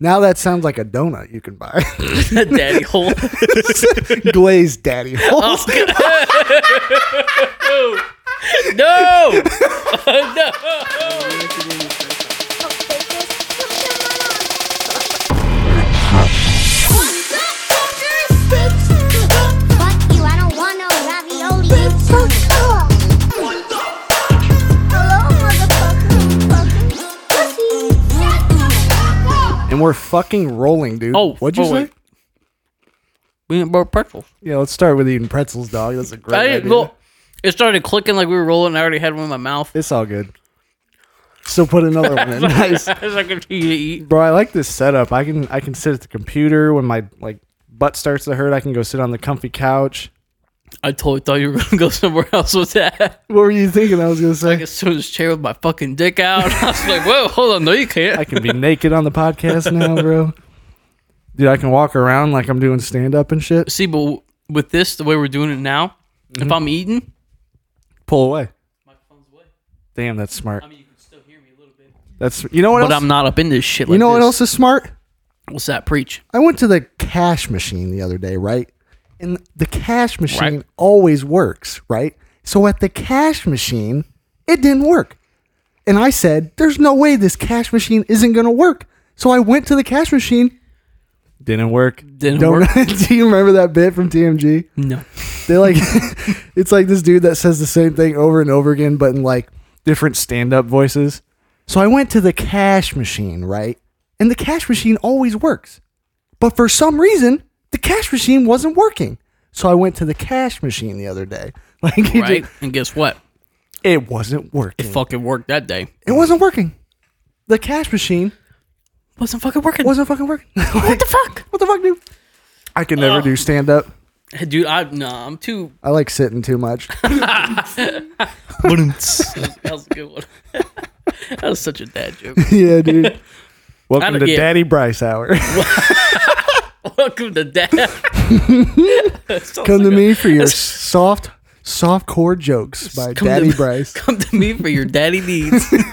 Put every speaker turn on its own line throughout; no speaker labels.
Now that sounds like a donut you can buy.
Daddy hole.
Glazed daddy
Oh.
holes.
no.
Fuck you, I don't want no ravioli. It's so cool. Hello, motherfucker. Pussy. Shut the fuck up.
And we're fucking rolling, dude.
Oh,
what'd you
oh,
say?
wait. We didn't burn pretzels.
Yeah, let's start with eating pretzels, dog. That's a great
I
idea.
didn't, well, it started clicking like we were rolling. and I already had one in my mouth.
It's all good. So put another one in. Nice.
As I continue to eat.
Bro, I like this setup. I can I can sit at the computer when my like butt starts to hurt. I can go sit on the comfy couch.
I totally thought you were going to go somewhere else with that.
What were you thinking? I was gonna say
As soon as chair with my fucking dick out, I was like, whoa, hold on. No, you can't.
I can be naked on the podcast now, bro. Dude, I can walk around like I'm doing stand up and shit.
See, but with this, the way we're doing it now, if
Mm-hmm.
I'm eating,
Pull away.
my phone's away.
Damn, that's smart.
I mean, you can still hear me a little bit.
That's you know what
But
else.
I'm not up in this shit. Like
you know what
this.
else is smart?
What's that? Preach.
I went to the cash machine the other day, right? And the cash machine
Right.
always works, right? So at the cash machine, it didn't work. And I said, there's no way this cash machine isn't going to work. So I went to the cash machine. Didn't work.
Didn't
Don't-
work.
Do you remember that bit from TMG?
No.
They like, it's like this dude that says the same thing over and over again, but in like different stand up voices. So I went to the cash machine, right? And the cash machine always works. But for some reason, the cash machine wasn't working. So I went to the cash machine the other day. Like, it, just-
Right? And guess what?
it wasn't working. It,
Fucking worked that day.
wasn't working. The cash machine
Wasn't fucking working.
wasn't fucking working.
what the fuck?
what the fuck, dude? I can never do stand up.
Hey, Dude, I no, I'm too.
I like sitting too much.
that was a good one. that was such a dad joke.
yeah, dude. Welcome
don't
to
get-
Daddy Bryce Hour.
Welcome to dad.
Come to me for your soft, soft core jokes by
Come
Daddy
to,
Bryce.
Come to me for your daddy needs. it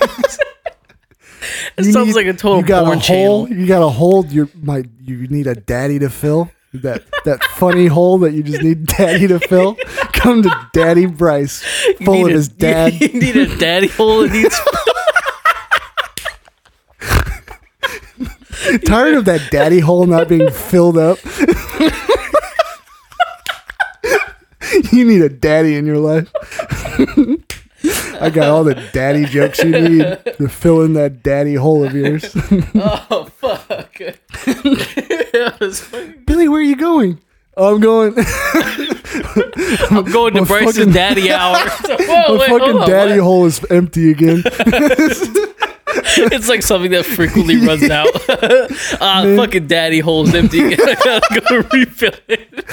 You
sounds
need-
like a total
you got
porn
a hole.
channel.
You got a hole. Your my. You need a daddy to fill that that funny hole that you just need daddy to fill. Come to Daddy Bryce, full of
Need a-
his dad.
You, need a daddy hole. It needs
Tired of that daddy hole not being filled up. you need a daddy in your life. I got all the daddy jokes you need to fill in that daddy hole of yours.
Oh fuck! That was fucking-
Billy, where are you going? Oh, I'm going.
I'm going to
my
Bryce's
fucking-
daddy hour. Whoa,
my
wait, hold
fucking
on,
daddy
what?
hole is empty again.
It's like something that frequently runs out. Ah, fucking daddy hole's empty. I gotta go refill it.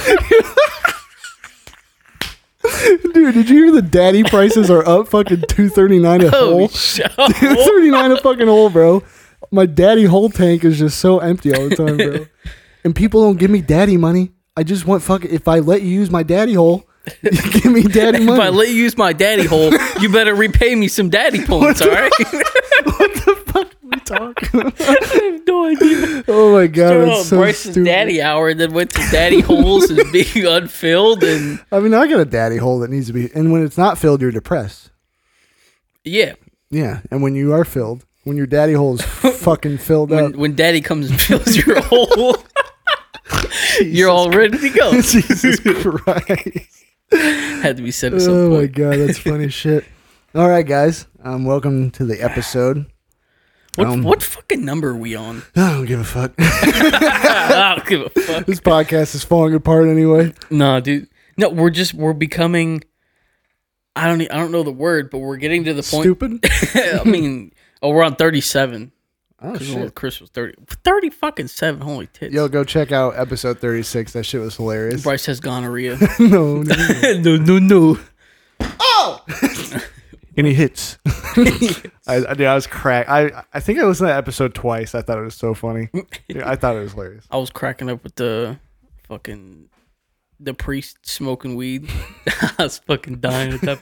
Dude, did you hear the daddy prices are up fucking 239 a
Holy
hole?
shit!
239 a fucking hole, bro. My daddy hole tank is just so empty all the time, bro. And people don't give me daddy money. I just want fucking if I let you use my daddy hole, you give me daddy
If I
money.
let you use my daddy hole, you better repay me some daddy points. All right? I have no idea.
oh my god,
Oh,
it's so
Bryce's
stupid.
daddy hour, and then went to daddy holes and being unfilled, and
I mean, I got a daddy hole that needs to be, and when it's not filled, you're depressed.
yeah.
Yeah, and when you are filled, when your daddy hole is fucking filled up,
When, when daddy comes and fills your hole, you're all ready to go.
Jesus Christ.
Had to be said at some
Oh my
point.
god, that's funny shit. All right, guys, um, welcome to the episode.
What,
Um,
what fucking number are we on?
I don't give a fuck.
I don't give a fuck.
this podcast is falling apart anyway.
Nah, dude. No, we're just we're becoming. I don't e- I don't know the word, but we're getting to the point.
Stupid.
I mean, oh, we're on thirty-seven.
Oh
'Cause
shit.
Chris was thirty. Thirty fucking seven. Holy tits.
Yo, go check out episode thirty six. That shit was hilarious.
Bryce has gonorrhea.
no, no.
no, no, no.
Any hits? I, I, dude, I was crack. I I think I listened to that episode twice. I thought it was so funny. Dude, I thought it was hilarious.
I was cracking up with the fucking the priest smoking weed. I was fucking dying at that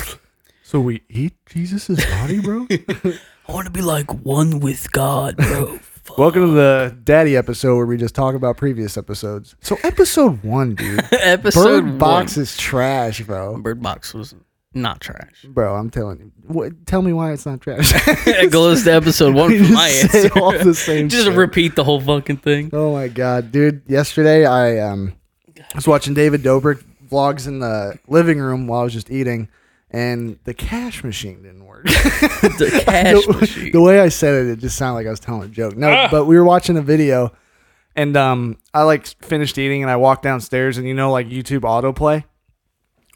part.
So we eat Jesus' body, bro.
I want to be like one with God, bro.
Welcome to the daddy episode where we just talk about previous episodes. So episode one, dude.
Episode
Bird Box
one.
is trash, bro.
Bird Box was not trash.
Bro, I'm telling you. What, tell me why it's not trash.
It goes to episode one
We
for
just
my
say
answer.
all the same
Just
shit.
repeat the whole fucking thing.
oh my god, dude. Yesterday I um was watching David Dobrik vlogs in the living room while I was just eating, and the cash machine didn't work.
The cash
the,
machine. Ah.
the way I said it, it just sounded like I was telling a joke. No, but we were watching a video, and um, I like finished eating, and I walked downstairs, and you know, like YouTube autoplay.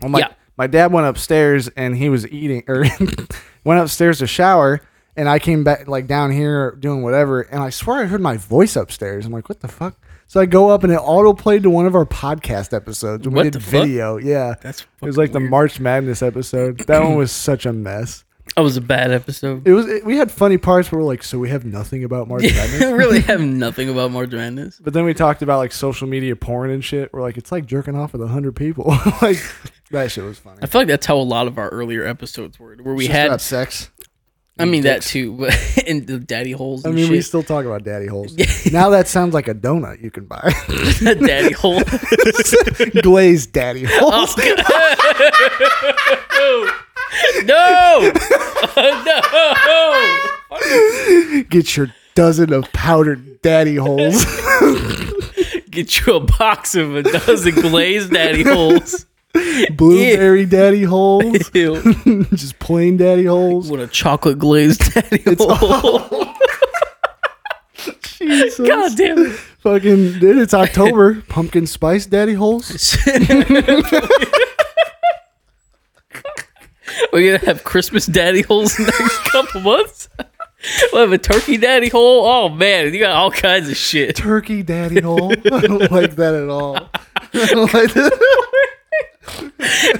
Well, my
Yeah.
my dad went upstairs, and he was eating, or went upstairs to shower, and I came back like down here doing whatever, and I swear I heard my voice upstairs. I'm like, what the fuck? So I go up and it autoplayed to one of our podcast episodes. when We
What
did
the fuck?
video, yeah.
That's
it was like
fucking
the
weird.
March Madness episode. That one was such a mess
That was a bad episode.
it was it, we had funny parts where we're like so we have nothing about March Madness.
really have nothing about March Madness.
But then we talked about like social media porn and shit. We're like, it's like jerking off with a hundred people. like that shit was funny.
I feel like that's how a lot of our earlier episodes were, where we
It's just about
had.
sex.
I mean that
dicks.
too, but and the daddy holes.
I
And
mean, we
shit.
still talk about daddy holes. now that sounds like a donut you can buy.
daddy hole.
Glazed daddy
Oh,
holes.
no, no.
Get your dozen of powdered daddy holes.
Get you a box of a dozen glazed daddy holes.
Blueberry daddy holes.
Ew.
just plain daddy holes.
What a chocolate glazed daddy hole.
Jesus.
God damn it.
Fucking dude, it's October. Pumpkin spice daddy holes.
We're gonna have Christmas daddy holes in the next couple months. We'll have a turkey daddy hole. Oh man, you got all kinds of shit.
turkey daddy hole. I don't like that at all. I don't like that.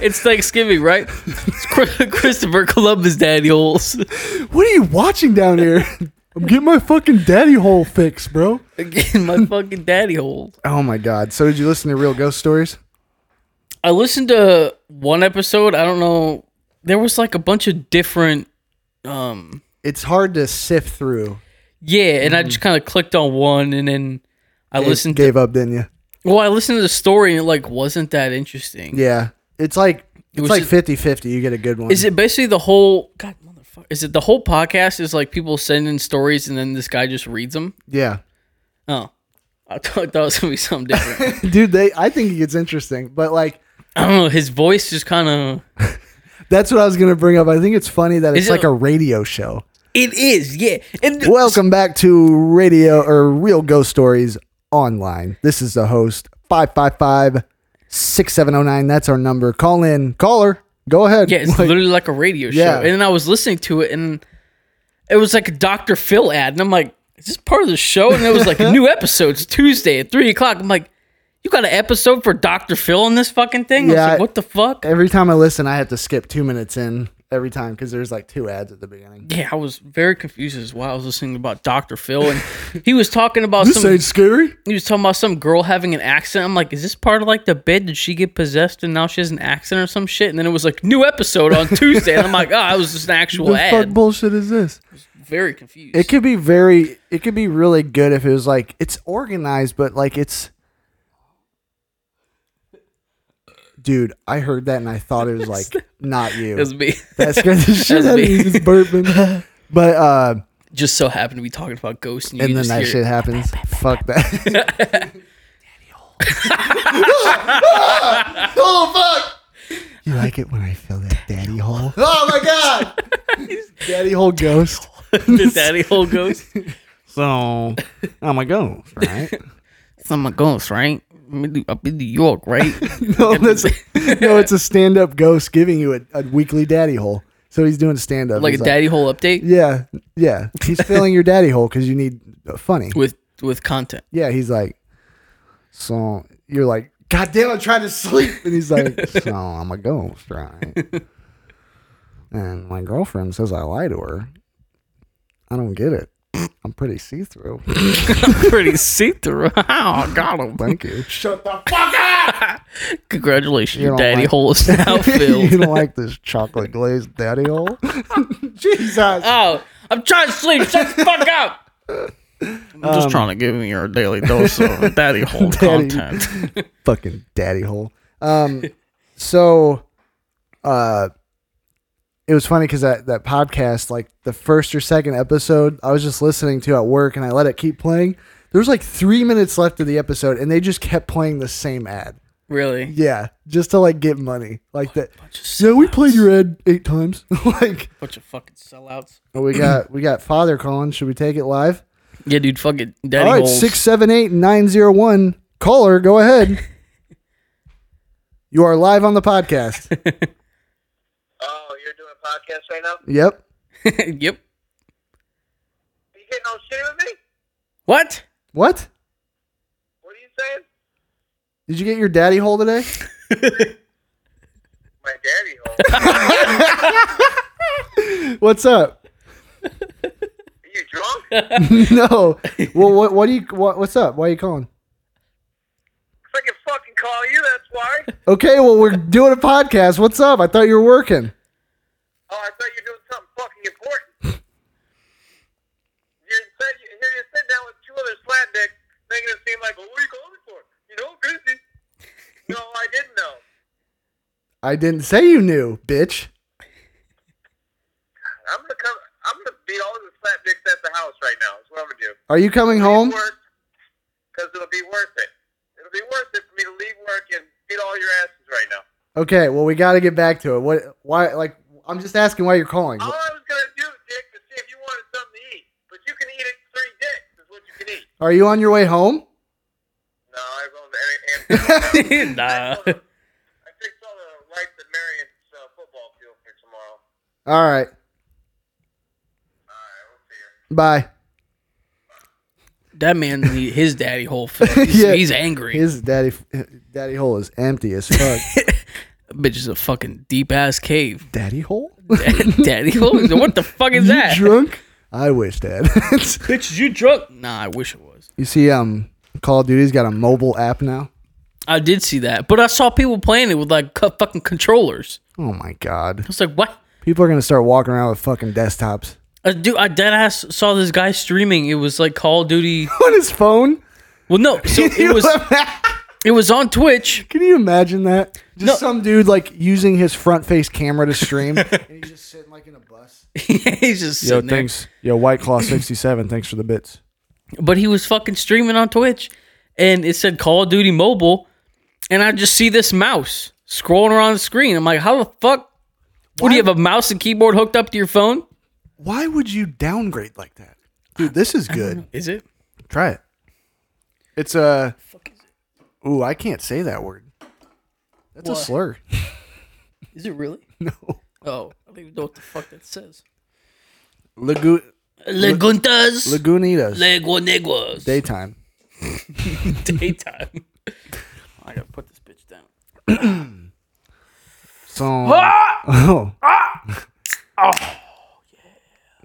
It's Thanksgiving, right? It's Chri- Christopher Columbus daddy holes.
What are you watching down here? I'm getting my fucking daddy hole fixed, bro.
Again, my fucking daddy hole.
Oh my god. So did you listen to real ghost stories?
I listened to one episode. I don't know. There was like a bunch of different. um
It's hard to sift through.
Yeah, and I just kind of clicked on one, and then I listened.
Gave up, didn't you?
well, I listened to the story, and it like wasn't that interesting.
Yeah. It's like it's
was
like
just-
50-50. You get a good one.
Is it basically the whole God motherfucker? Is it the whole podcast is like people sending stories and then this guy just reads them?
Yeah.
Oh, I thought, I thought it was gonna be something different.
Dude, they I think it gets interesting, but like
I don't know. His voice just kind of
that's what I was gonna bring up. I think it's funny that it's
it-
like a radio show.
it is yeah. And
Welcome back to radio or real ghost stories online. This is the host 555 6709. That's our number. Call in, caller. Go ahead.
yeah, it's
Like,
literally like a radio
Yeah.
show. And then I was listening to it, and it was like a Dr. Phil ad, and I'm like, is this part of the show? And it was like new episodes Tuesday at three o'clock. I'm like, you got an episode for Dr. Phil in this fucking thing? I
Yeah,
was
I-
like, what the fuck?
every time I listen, I have to skip two minutes in every time because there's like two ads at the beginning.
Yeah, I was very confused as well. I was listening about Dr. Phil, and he was talking about some.
scary.
He was talking about some girl having an accident. I'm like, is this part of like the bid? Did she get possessed and now she has an accident or some shit? And then it was like new episode on Tuesday, and I'm like, oh, it was just an actual
What the fuck
ad.
bullshit is this?
very confused.
It could be very, it could be really good if it was like, it's organized, but like it's. Dude, I heard that and I thought it was like, not you.
It was me.
That scared the shit
That's
out of
me.
me. Just burping. But uh,
just so happened to be talking about ghosts, and, you
and then
just
that
hear
shit
it.
happens. Fuck that. oh fuck! You like it when I fill that daddy hole? Oh my god! daddy hole ghost.
the daddy hole ghost.
So I'm a ghost, right?
So I'm a ghost, right? I'm in New- I'm in New York, right?
no, that's, no, it's a stand-up ghost giving you a, a weekly daddy hole. So he's doing a stand-up.
like a
He's
daddy hole update
Yeah, yeah. He's filling your daddy hole because you need uh, funny.
with with content.
yeah, he's like, so you're like, God damn, I'm trying to sleep. And he's like, so I'm a ghost, right? and my girlfriend says I lie to her. I don't get it. I'm pretty see through.
Pretty see through. Oh, got him.
Thank you. Shut the fuck
Congratulations,
don't
your daddy
like-
hole is now
You
filled.
don't like this chocolate glazed daddy hole? Jesus.
oh, I'm trying to sleep. Shut the fuck up. I'm
Um,
just trying to give you your daily dose of daddy hole content.
fucking daddy hole. Um, so, uh, it was funny because that that podcast, like the first or second episode, I was just listening to at work, and I let it keep playing. There was like three minutes left of the episode, and they just kept playing the same ad.
Really?
Yeah, just to like get money, like that.
Bunch of,
No, we played your ad eight times. like
bunch of fucking sellouts.
we got we got father calling. Should we take it live?
Yeah, dude, fucking daddy
All right,
holes.
six seven eight nine zero one. Caller, go ahead. you are live on the podcast.
Oh, you're doing a podcast right now?
yep.
yep.
Are you getting all shitty with me?
What?
What?
What are you saying?
Did you get your daddy hole today?
My daddy oh. hole.
What's up?
are you drunk?
no. Well, what? What do you? What, what's up? Why are you calling?
If I can fucking call you, that's why.
Okay. Well, we're doing a podcast. What's up? I thought you were working.
Oh, I thought you were doing something fucking important. You said you, here you sit down with two other slat dicks, making it seem like, well, what are you calling for? You know, busy. no, I didn't know.
I didn't say you knew, bitch.
I'm gonna come. I'm gonna beat all the slat dicks at the house right now. That's what I'm gonna do.
Are you coming home?
Because it'll be worth it. It'll be worth it for me to leave work and beat all your asses right now.
Okay. Well, we got to get back to it. What? Why? Like, I'm just asking why you're calling.
All I was gonna do, Dick, is see if you wanted something to eat. But you can eat it three dicks is what you can eat.
Are you on your way home?
No, I rolled any. I
nah.
fixed all the lights at Marion's uh, football field for tomorrow.
All right.
All right, we'll see you.
Bye.
That man, he- his daddy hole. fell. He's,
Yeah.
he's angry.
His daddy, eh, daddy hole is empty as fuck.
bitch is a fucking deep ass cave.
daddy hole?
daddy hole. What the fuck is that?
You drunk? I wish, Dad.
Bitch, you drunk? Nah, I wish it was.
you see, um, Call of Duty's got a mobile app now.
I did see that, but I saw people playing it with like cu- fucking controllers.
Oh my god.
I was like, what?
People are gonna start walking around with fucking desktops
Uh, dude, I dead ass saw this guy streaming. It was like Call of Duty.
on his phone.
Well, no, so
Can you
it was
ima-
it was on Twitch.
Can you imagine that? Just
No.
some dude like using his front face camera to stream, and he's just sitting like in a bus.
He's just sitting there.
Yo, White Claw sixty seven. Thanks for the bits.
but he was fucking streaming on Twitch, and it said Call of Duty Mobile, and I just see this mouse scrolling around the screen. I'm like, how the fuck? What do you have a mouse and keyboard hooked up to your phone?
Why would you downgrade like that, dude? This is good.
Is it?
Try it. It's a. Ooh, I can't say that word. That's a
What?
slur.
Is it really?
no.
Oh, I don't even know what the fuck that says.
Lagu-
Leguntas,
Lagunitas.
Lego Negros.
Daytime.
Daytime. I gotta put this bitch down.
So. Oh.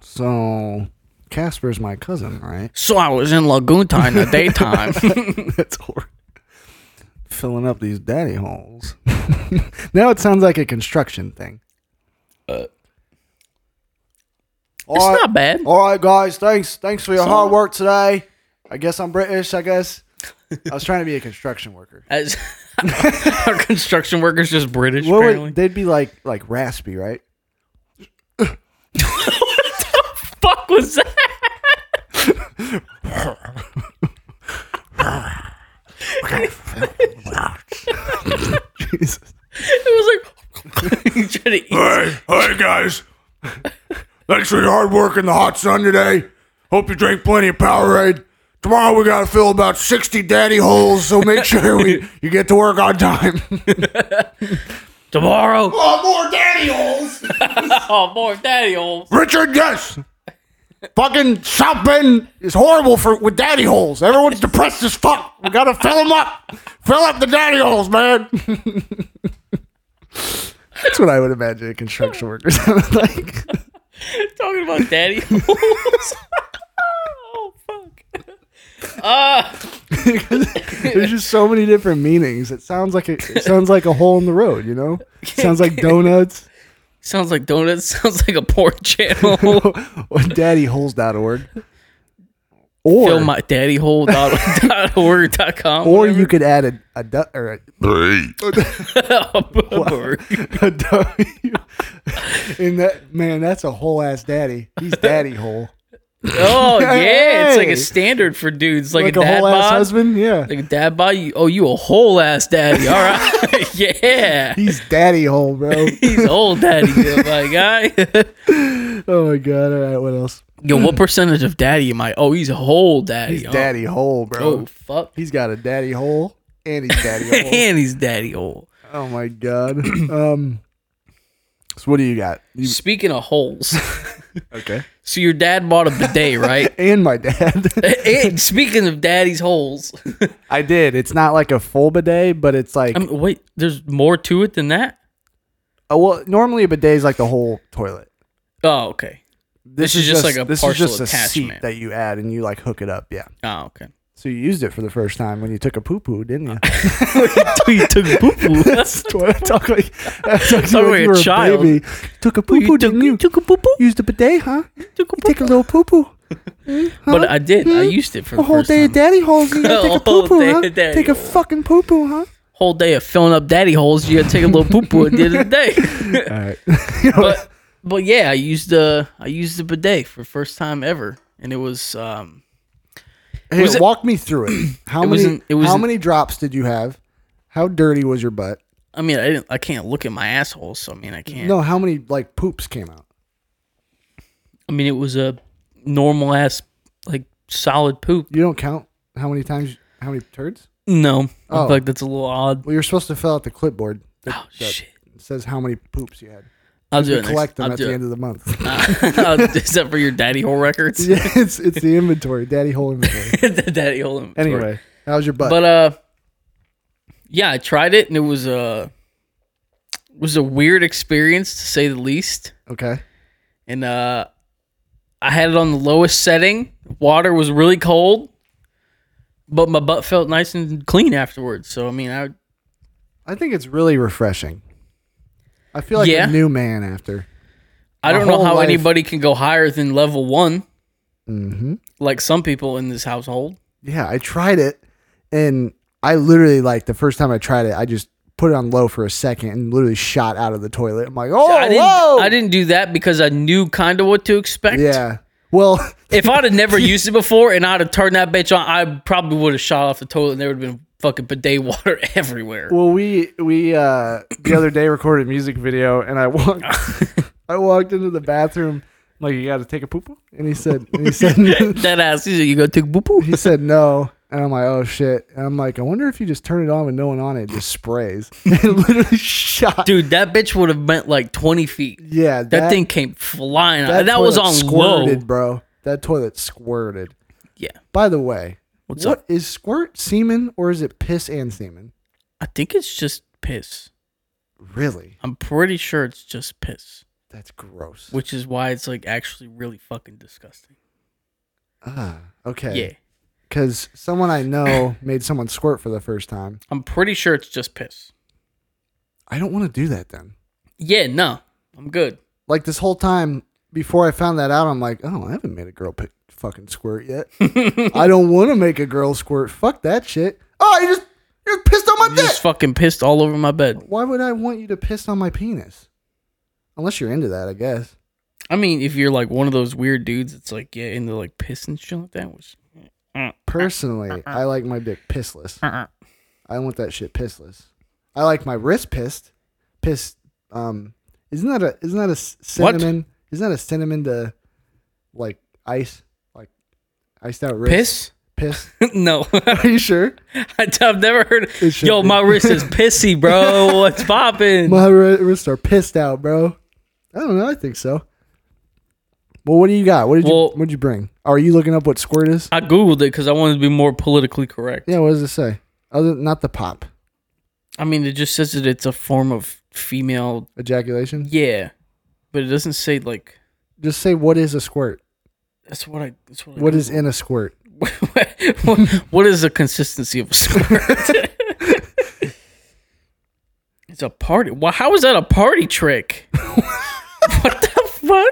So. Casper's my cousin, right?
So I was in Lagunta in the daytime.
That's horrible. Filling up these daddy holes. now it sounds like a construction thing.
it's not bad.
All right, guys. Thanks. Thanks for your hard work today. I guess I'm British. I guess I was trying to be a construction worker.
As our construction workers just British,
What
apparently.
would, they'd be like, like raspy, right?
fuck was that?
Jesus.
It was like he tried to eat.
Hey, hey guys. Thanks for your hard work in the hot sun today. Hope you drank plenty of Powerade. Tomorrow we gotta fill about 60 daddy holes, so make sure we you get to work on time.
tomorrow.
oh, more daddy holes!
Oh, more daddy holes.
Richard, yes! Fucking South Bend is horrible for with daddy holes. Everyone's depressed as fuck. We gotta fill them up. Fill up the daddy holes, man.
That's what I would imagine a construction worker sounded like.
Talking about daddy holes. oh fuck.
There's just so many different meanings. It sounds like a, it sounds like a hole in the road, you know? Sounds like donuts.
Sounds like donuts. Sounds like a porn channel.
or daddyholes.org. Or
Fill my daddy hole dot dot org dot com.
or you could add a, a du- or a, a W. and that man, that's a whole ass daddy. He's daddy hole.
Oh yeah, it's like
Hey!
a standard for dudes, like,
Like
a
a
dad
whole ass
bod.
husband. Yeah.
Like a dad bod. You, oh, you a whole ass daddy. All right, yeah.
He's daddy hole, bro.
He's old daddy, yo, my guy.
oh my god. All right, what else?
yo, what percentage of daddy am I? Oh, he's a whole daddy.
He's
huh?
daddy hole, bro.
Oh fuck.
He's got a daddy hole and he's daddy hole.
and he's daddy hole.
oh my god. Um So what do you got? You,
Speaking of holes,
okay.
so your dad bought a bidet, right?
And my dad.
and speaking of daddy's holes,
I did. It's not like a full bidet, but it's like
I mean, wait, there's more to it than that.
oh, well, normally a bidet is like the whole toilet.
Oh, okay. This is just like a
this
partial
is just a
attachment.
seat that you add and you like hook it up. Yeah.
Oh, okay.
So you used it for the first time when you took a poo poo, didn't you?
you took poo poo.
That's what I talk like. I talk to you like
Talk like a
you were a
child.
baby. Took a poo poo, didn't you?
took a poo poo.
Used a bidet, huh?
Took a
You take a little poo poo.
But I did. I used it for
A
the
whole
first
day
time.
of daddy holes and you gotta take a
Whole
poo poo,
day
huh?
of daddy
Take a
holes.
fucking poo poo, huh?
whole day of filling up daddy holes. You gotta take a little poo poo at the end of the day.
All right. You know,
but but yeah, I used the I used the bidet for the first time ever, and it was um
hey,
was it-
walk me through it. How
It
many
wasn't- it
how
wasn't-
many drops did you have? How dirty was your butt?
I mean I didn't I can't look at my asshole, so I mean I can't.
No, how many like poops came out?
I mean it was a normal ass like solid poop.
You don't count how many times how many turds?
No, I
Oh.
feel like that's a little odd.
Well, you're supposed to fill out the clipboard that
Oh shit!
says how many poops you had.
I'll do
You
it. next-
collect them
I'll
at
do
the
it.
end of the month.
I'll- Is that for your daddy hole records?
yeah, it's it's the inventory, daddy hole inventory.
the daddy hole. inventory.
Anyway, how's your butt?
but uh yeah i tried it and it was a was a weird experience to say the least
okay.
and uh i had it on the lowest setting water was really cold but my butt felt nice and clean afterwards so i mean i
I think it's really refreshing. I feel like
Yeah.
a new man after.
i
My
don't know
whole
how
life-
anybody can go higher than level 1
Mm-hmm.
like some people in this household
Yeah, I tried it, and I literally like the first time I tried it, I just put it on low for a second and literally shot out of the toilet. I'm like, oh,
I didn't,
whoa!
I didn't do that because I knew kind of what to expect.
Yeah. Well,
If I'd have never used it before and I'd have turned that bitch on, I probably would have shot off the toilet and there would have been fucking bidet water everywhere.
well, we we uh the other day recorded a music video, and I walked I walked into the bathroom like you got to take a poo poo, and he said and he said
That ass, he's like, you go take boo boo.
he said no. And I'm like, oh shit! And I'm like, I wonder if you just turn it on with no one on it, it just sprays. It literally shot.
Dude, that bitch would have meant like 20 feet.
yeah,
That, thing came flying out. That was
toilet
on
squirted,
low.
bro. That toilet squirted.
Yeah.
By the way,
What's
what
up?
is squirt semen or is it piss and semen?
I think it's just piss.
Really?
I'm pretty sure it's just piss,
That's gross.
which is why it's like actually really fucking disgusting.
Ah, okay.
Yeah.
Because someone I know made someone squirt for the first time.
I'm pretty sure it's just piss.
I don't want to do that then.
Yeah, no. I'm good.
Like this whole time before I found that out, I'm like, oh, I haven't made a girl pick fucking squirt yet. I don't want to make a girl squirt. Fuck that shit. Oh, you just you just pissed on my
You
dick.
just fucking pissed all over my bed.
Why would I want you to piss on my penis? Unless you're into that, I guess.
I mean, if you're like one of those weird dudes, it's like yeah, into like piss and shit like that. Which Uh-uh.
Personally, I like my dick pissless. I want that shit pissless. I like my wrist pissed. Pissed. Um, isn't that a isn't that a s-
What?
cinnamon? is Isn't that a cinnamon to like ice like iced out wrist?
piss?
Piss.
no,
Are you sure?
I've never heard.
It should
Yo,
be.
my wrist is pissy, bro. What's popping?
My wri- wrists are pissed out, bro. I don't know. I think so. Well, what do you got? What did
Well-
you what did you bring? Are you looking up what squirt is?
I googled it because I wanted to be more politically correct.
Yeah. What does it say? Other not the pop
I mean, it just says that it's a form of female.
ejaculation.
Yeah, but it doesn't say like
Just say what is a squirt.
that's what I. That's what. I
What is in a squirt?
what, what is the consistency of a squirt? it's a party. Well, how is that a party trick? what the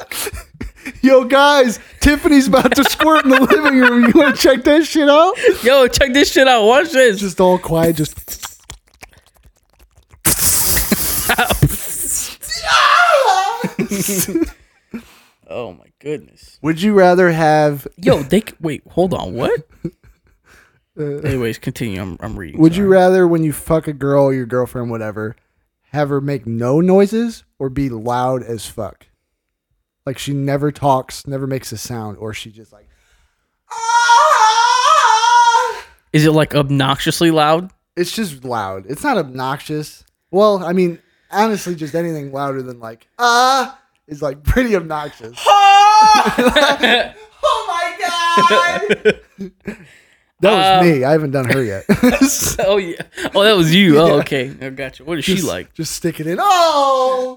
fuck?
Yo, guys, Tiffany's about to squirt in the living room. You want to check that shit out?
Yo, check this shit out. Watch this.
Just all quiet, just.
oh my goodness.
Would you rather have?
Yo, they c- wait. Hold on. What? Anyways, continue. I'm, I'm
Uh,
reading.
Would you
sorry.
rather when you fuck a girl, your girlfriend, whatever, have her make no noises or be loud as fuck? Like she never talks, never makes a sound, or she just like "Ah!"
Is it like obnoxiously loud?
it's just loud. It's not obnoxious. Well, I mean, honestly, just anything louder than like ah is like pretty obnoxious. Oh That was me. I haven't done her yet. Just-
Oh yeah. Oh, that was you. Oh, okay. I gotcha. What is she like?
just stick it in. Oh,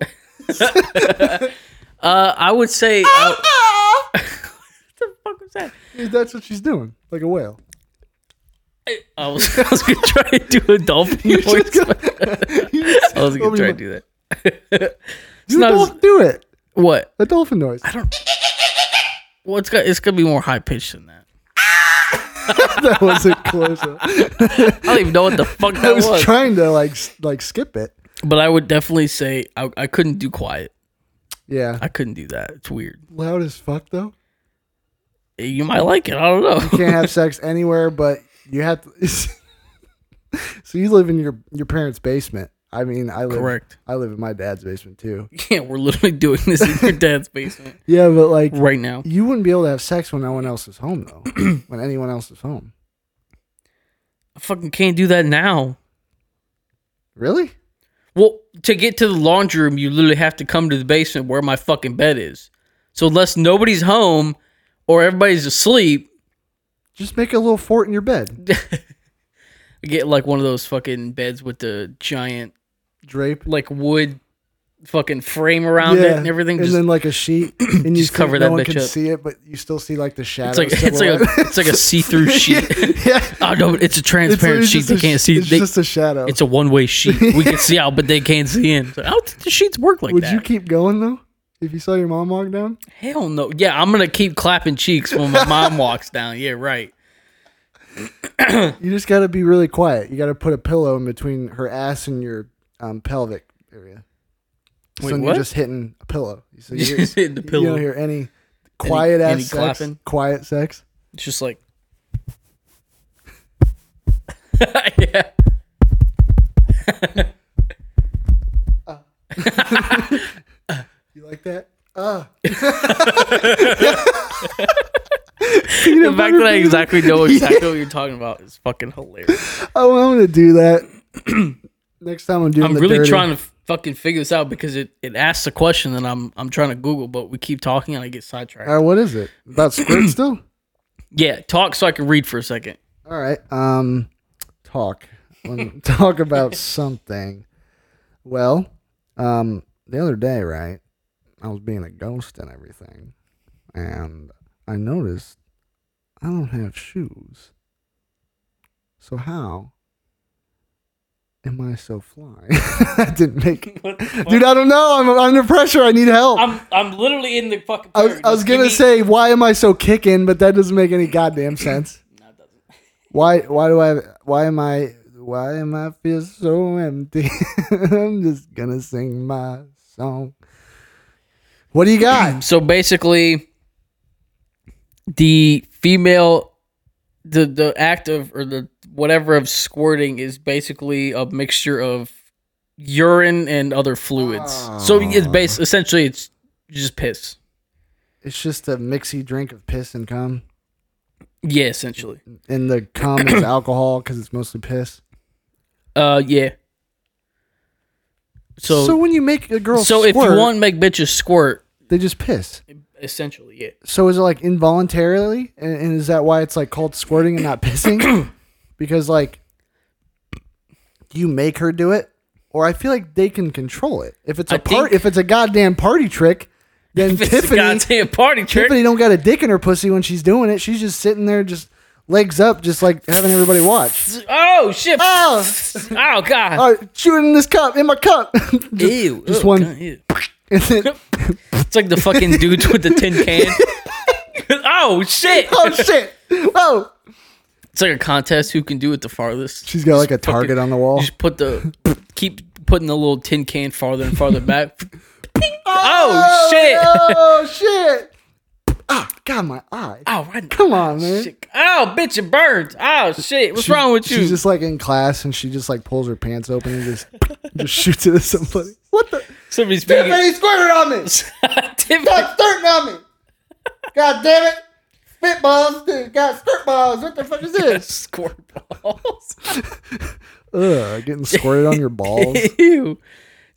Uh, I would say. Uh,
Ah!
what the fuck was that?
that's what she's doing, like a whale.
I was, I was gonna try to do a dolphin voice. I was gonna try to do that. it's
You
not
don't
as,
do it.
what?
A dolphin noise.
Well, it's gonna it's gonna be more high pitched than that.
that wasn't close. enough.
I don't even know what the fuck that
I
was.
was trying to like s- like skip it.
but I would definitely say I, I couldn't do quiet.
Yeah,
I couldn't do that. It's weird. Eh,
loud as fuck though.
You might like it. I don't know.
Can't have sex anywhere, but you have to. so you live in your your parents' basement. I mean, I live
Correct.
I live in my dad's basement too.
Yeah, we're literally doing this in your dad's basement
Yeah, but like
right now.
you wouldn't be able to have sex when no one else is home though. when anyone else is home,
I fucking can't do that now.
really?
Well, to get to the laundry room, you literally have to come to the basement where my fucking bed is. So unless nobody's home or everybody's asleep,
Just make a little fort in your bed,
I get like one of those fucking beds with the giant
drape
like wood fucking frame around it and everything.
and
Just,
then like a sheet, and you
just
see-
cover
no
that
one
bitch
can
up.
see it, but you still see like the shadow.
it's like it's like a
silhouette.
it's like a see through sheet.
yeah.
oh no, but it's a transparent
literally
sheet.
just
They
a
can't
sh-
see.
It's
They,
just a shadow.
it's a one way sheet. We can see out, but they can't see in. So how did the sheets work like
Would
that?
you keep going though? If you saw your mom walk down?
Hell no. Yeah, I'm gonna keep clapping cheeks when my mom walks down. Yeah, right.
You just got to be really quiet. You got to put a pillow in between her ass and your um, pelvic area.
Wait,
so then
what?
you're just hitting a pillow. So you're,
Hitting the
You
pillow.
don't hear any quiet
any
ass sex.
clapping?
Quiet sex.
It's just like. yeah.
You like that? Uh,
The fact that I exactly know exactly what you're talking about is fucking hilarious.
oh, I'm gonna do that next time I'm doing.
I'm
the
really
dirty.
trying to fucking figure this out because it, it asks a question that I'm I'm trying to Google, but we keep talking and I get sidetracked.
All right, Uh, what is it about squirt still?
yeah, talk so I can read for a second.
All right. Um, talk. Wanna talk about something. Well, um, the other day, right? I was being a ghost and everything, and I noticed I don't have shoes. So how am I so fly? that didn't make. Dude, I don't know. I'm under pressure. I need help.
I'm I'm literally in the fucking.
I was, I was gonna say, why am I so kicking? But that doesn't make any goddamn sense. Why? Why do I? Why am I? Why am I feel so empty? I'm just gonna sing my song. What do you got?
So basically, the female, the the act of or the whatever of squirting is basically a mixture of urine and other fluids. So
Ah.
it's bas essentially it's just piss.
It's just a mixy drink of piss and cum,
Yeah, essentially.
and the cum is alcohol because it's mostly piss.
Uh, yeah.
So,
So so,
when you make a girl
if you
squirt,
want to make bitches squirt,
they just piss.
essentially, yeah.
So is it like involuntarily, and, and is that why it's like called squirting and not pissing? because like, do you make her do it, or I feel like they can control it. If it's a
I
part,
think-
if it's a goddamn party trick, then
If it's a
Tiffany,
goddamn party trick.
Tiffany don't got a dick in her pussy when she's doing it. She's just sitting there, just legs up, just like having everybody watch.
Oh shit! Oh,
Oh,
god! Oh,
all right, shooting this cup in my cup. just,
ew!
just
oh,
one.
God, ew.
And then-
It's like the fucking dudes with the tin can. oh shit!
Oh shit! Whoa!
It's like a contest who can do it the farthest.
She's got like a target
fucking-
on the wall.
You just put the keep putting the little tin can farther and farther back. oh shit!
Oh shit! Ah, God, my eye.
Oh, right.
Come on, man.
Shit. Oh, bitch, it burns. Oh shit! What's
She-
wrong with you?
She's just like in class and she just like pulls her pants open and just just shoots it at somebody. What the?
Somebody's being.
squirted on me.
Tiffany-
squirting on me. God damn it! Spitballs. Got skirt balls. What the fuck is this?
Squirt balls.
Ugh, getting squirted on your balls.
Ew.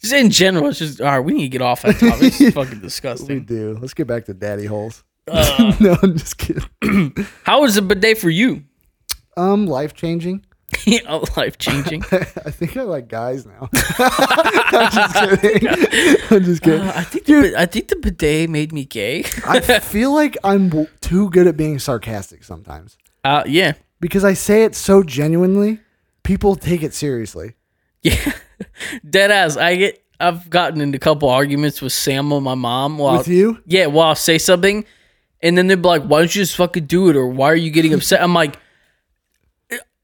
Just in general, it's just all right. We need to get off that topic. It's just fucking disgusting.
We do. Let's get back to daddy holes.
Uh.
no, I'm just kidding.
How was the bidet for you?
Um, life changing.
oh, life changing.
I think I like guys now. I'm just kidding. I'm just kidding.
I think the, I think the bidet made me gay.
I feel like I'm w- too good at being sarcastic sometimes
Uh, yeah,
because I say it so genuinely. People take it seriously.
yeah. Dead ass. I get. I've gotten into a couple arguments with Sam and my mom. While,
With you?
Yeah, while I say something, and then they're like, "Why don't you just fucking do it?" Or "Why are you getting upset?" I'm like,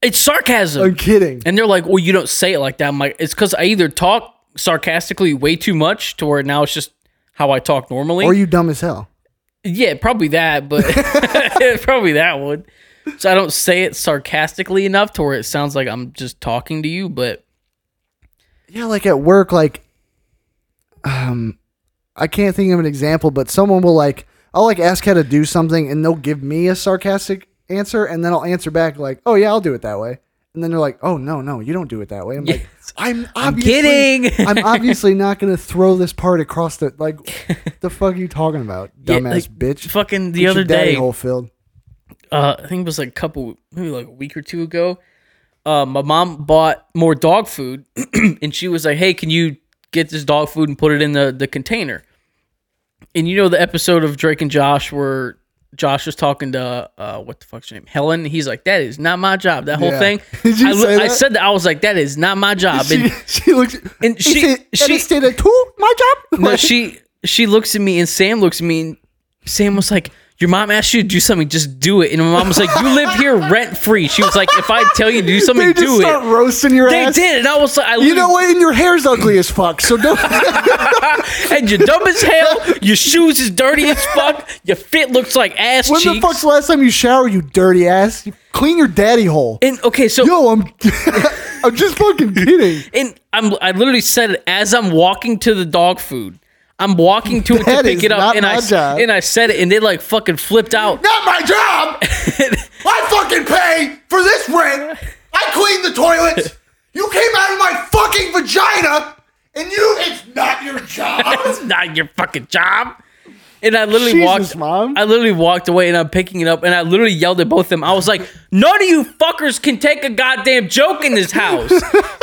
"It's sarcasm."
I'm kidding.
And they're like, "Well, you don't say it like that." I'm like, "It's because I either talk sarcastically way too much to where now it's just how I talk normally,
Or you dumb as hell.
yeah, probably that, but probably that one. So I don't say it sarcastically enough to where it sounds like I'm just talking to you, but
Yeah, like at work, like, um, I can't think of an example, but someone will like, I'll like ask how to do something, and they'll give me a sarcastic answer, and then I'll answer back like, "Oh yeah, I'll do it that way," and then they're like, "Oh no, no, you don't do it that way." I'm like, I'm obviously,
kidding.
I'm obviously not gonna throw this part across the like, the fuck are you talking about,
Yeah,
dumbass
like,
bitch?
fucking the
Get your
other
daddy
day,
hole filled.
uh, I think it was like a couple, maybe like a week or two ago. Uh, my mom bought more dog food, and she was like, "Hey, can you get this dog food and put it in the the container?" And you know the episode of Drake and Josh where Josh was talking to uh, what the fuck's her name, Helen. And he's like, "That is not my job." That whole
Yeah.
thing.
Did you
I,
say
I
that?
said that. I was like, "That is not my job."
She,
and
she looks
and she-
Is it-
she-
and it's stated to my job.
no,
Like,
she she looks at me and Sam looks at me and Sam was like, Your mom asked you to do something, just do it. And my mom was like, You live here rent free. She was like, If I tell you to do
they
something,
just
do
start
it.
roasting your
They
ass.
did, and I was like, I
You know what? And your hair's ugly as fuck. So don't.
and you're dumb as hell. Your shoes is dirty as fuck. Your fit looks like ass
when the
cheeks.
fuck's the last time you showered, you dirty ass? You clean your daddy hole.
and okay, so
Yo, I'm. I'm just fucking kidding.
and I'm I literally said it as I'm walking to the dog food. I'm walking to it to
That
pick
is
it up,
not
and
my
I s-
job.
and I said it, and they like fucking flipped out.
Not my job! I fucking pay for this rent! I clean the toilets! You came out of my fucking vagina! And you, it's not your job!
It's not your fucking job. And I literally
Jesus,
walked.
Mom.
I literally walked away, and I'm picking it up, and I literally yelled at both of them. I was like, "None of you fuckers can take a goddamn joke in this house."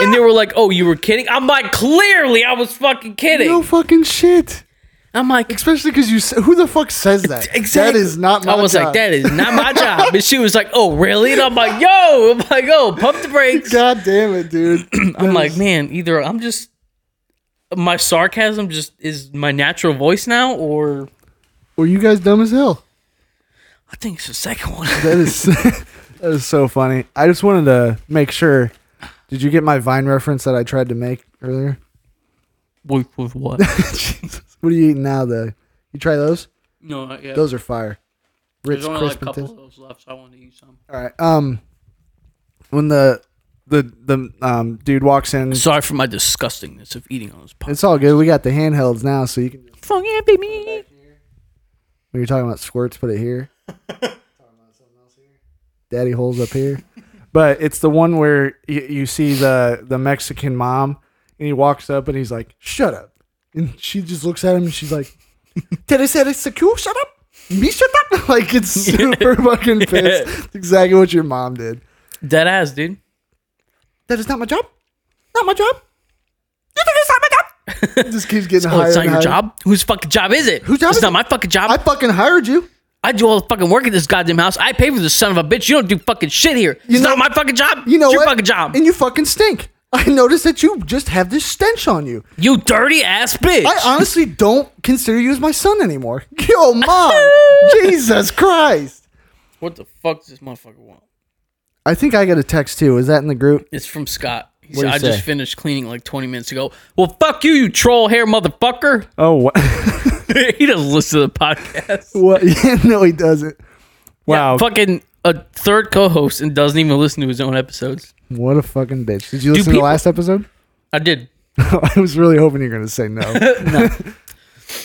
and they were like, "Oh, you were kidding." I'm like, "Clearly, I was fucking kidding."
No fucking shit.
I'm like,
Especially because you. s- Who the fuck says that? That
Exactly.
is not my.
I was
job.
like, "That is not my job." and she was like, "Oh, really?" And I'm like, "Yo," I'm like, "Oh, pump the brakes."
God damn it, dude.
I'm like, man, either I'm just my sarcasm just is my natural voice now, or
Were you guys dumb as hell?
I think it's the second one.
That is. that is so funny. I just wanted to make sure. Did you get my Vine reference that I tried to make earlier?
Wait, with what?
Jesus. What are you eating now, though? You try those?
No, not yet.
Those are fire. Ritz
There's only like
crisp
a
and
couple
Tis-
of those left, so I want to eat some.
All right. Um, when the the the um dude walks in,
Sorry for my disgustingness of eating on this podcast.
it's all good. We got the handhelds now, so you can.
yeah, baby.
When you're talking about squirts, put it here. Daddy holes up here, but it's the one where you, you see the the Mexican mom, and he walks up and he's like, "Shut up," and she just looks at him and she's like, "Teresa, it's cool. Shut up." Me shut up! Like it's super fucking pissed. It's exactly what your mom did.
Dead ass, dude.
That is not my job. Not my job. You think it's not my job? It just keeps getting
Oh,
higher.
it's not
and
your
higher.
job. Whose fucking job is it?
Whose job
It's
is
not
it?
my fucking job.
I
I,
fucking hired you.
do all the fucking work at this goddamn house. I pay for this son of a bitch. You don't do fucking shit here. It's
know-
not my fucking job.
You know
it's your
what?
fucking job.
And you fucking stink. I noticed that you just have this stench on you.
You dirty ass bitch.
I honestly don't consider you as my son anymore. Yo, mom, Jesus Christ.
what the fuck does this motherfucker want?
I think I got a text too. Is that in the group?
It's from Scott. He
What'd
said,
he
I
say?
just finished cleaning like 20 minutes ago. Well, fuck you, you troll hair motherfucker.
Oh, what?
he doesn't listen to the podcast.
what? Yeah, no, he doesn't.
Yeah, fucking a third co host and doesn't even listen to his own episodes.
what a fucking bitch. Did you listen to the
people-
last episode?
I did.
I was really hoping you were going to say no.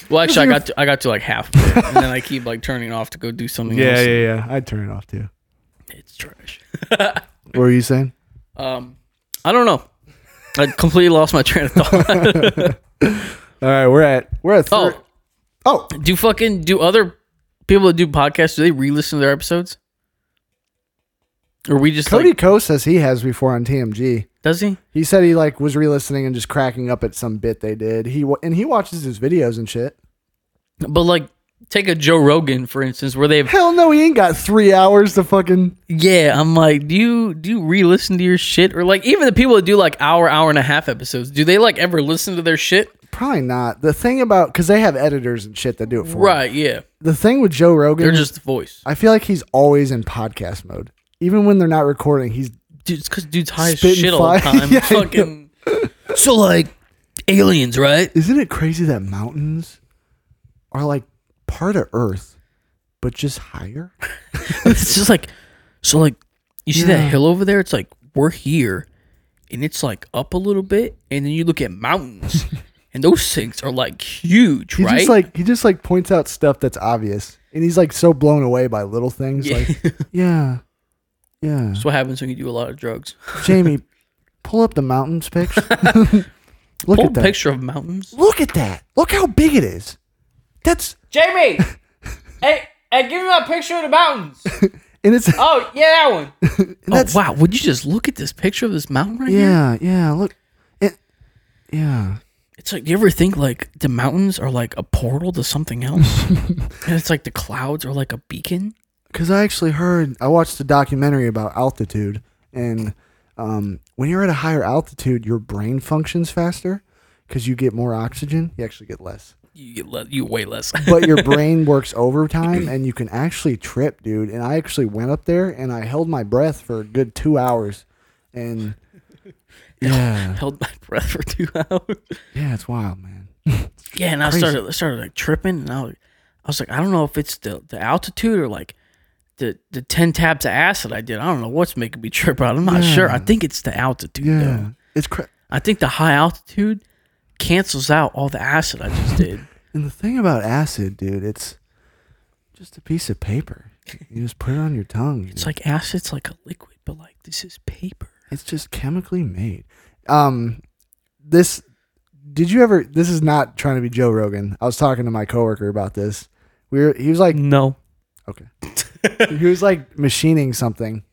Well, actually, I got to, I got to like half, of it, and then I keep like turning it off to go do something else.
yeah. I'd turn it off too.
It's trash.
What were you saying?
Um, I don't know. I completely lost my train of thought.
All right, we're at we're at thir-
oh,
oh.
do fucking do other people that do podcasts? Do they re-listen to their episodes? Or we just
Cody
like,
Ko says he has before on TMG.
does he?
He said he like was re-listening and just cracking up at some bit they did. He wa- and he watches his videos and shit.
But like, take a Joe Rogan for instance, where they've
Hell no, he ain't got three hours to fucking.
yeah. I'm like, do you do you re-listen to your shit? Or like, even the people that do like hour hour and a half episodes, do they like ever listen to their shit?
Probably not. The thing about because they have editors and shit that do it for. him.
Right? Yeah,
The thing with Joe Rogan,
they're just the voice.
I feel like he's always in podcast mode, even when they're not recording. He's
Dude, it's because dude's high as
Spit and
shit all the
fire.
time.
Yeah, I know.
Fucking. So like, aliens, right?
isn't it crazy that mountains are like part of Earth, but just higher?
it's just like so like you see that hill over there it's like we're here and it's like up a little bit and then you look at mountains and those things are like huge
He
right
just like he just like points out stuff that's obvious, and he's like so blown away by little things.
yeah.
Like yeah, yeah.
that's what happens when you do a lot of drugs
Jamie, pull up the mountains picture. Look
Whole
at that.
picture of mountains
Look at that. Look how big it is. That's
jamie hey hey give me my picture of the mountains
and it's
oh yeah that one. Oh
that's-
wow would you just look at this picture of this mountain right here
yeah, yeah. Look, it, yeah.
it's like do you ever think like the mountains are like a portal to something else and it's like the clouds are like a beacon
Because I actually heard I watched a documentary about altitude, and um, when you're at a higher altitude, your brain functions faster because you get more oxygen. You actually get less.
you get le- you way less
but your brain works overtime and you can actually trip, dude. And I actually went up there and I held my breath for a good two hours. And yeah,
held my breath for two hours.
yeah, it's wild, man.
Yeah, and I started I started like tripping, and I was, I was like, I don't know if it's the the altitude or like the the ten tabs of acid I did. I don't know what's making me trip out. I'm not sure. I think it's the altitude.
Yeah,
Though.
it's cra-
I think the high altitude cancels out all the acid I just did.
And the thing about acid, dude, it's just a piece of paper. You just put it on your tongue.
It's like acid's like a liquid, but like this is paper.
It's just chemically made. Um, this did you ever? This is not trying to be Joe Rogan. I was talking to my coworker about this. We were, he was like,
No.
Okay. he was like machining something.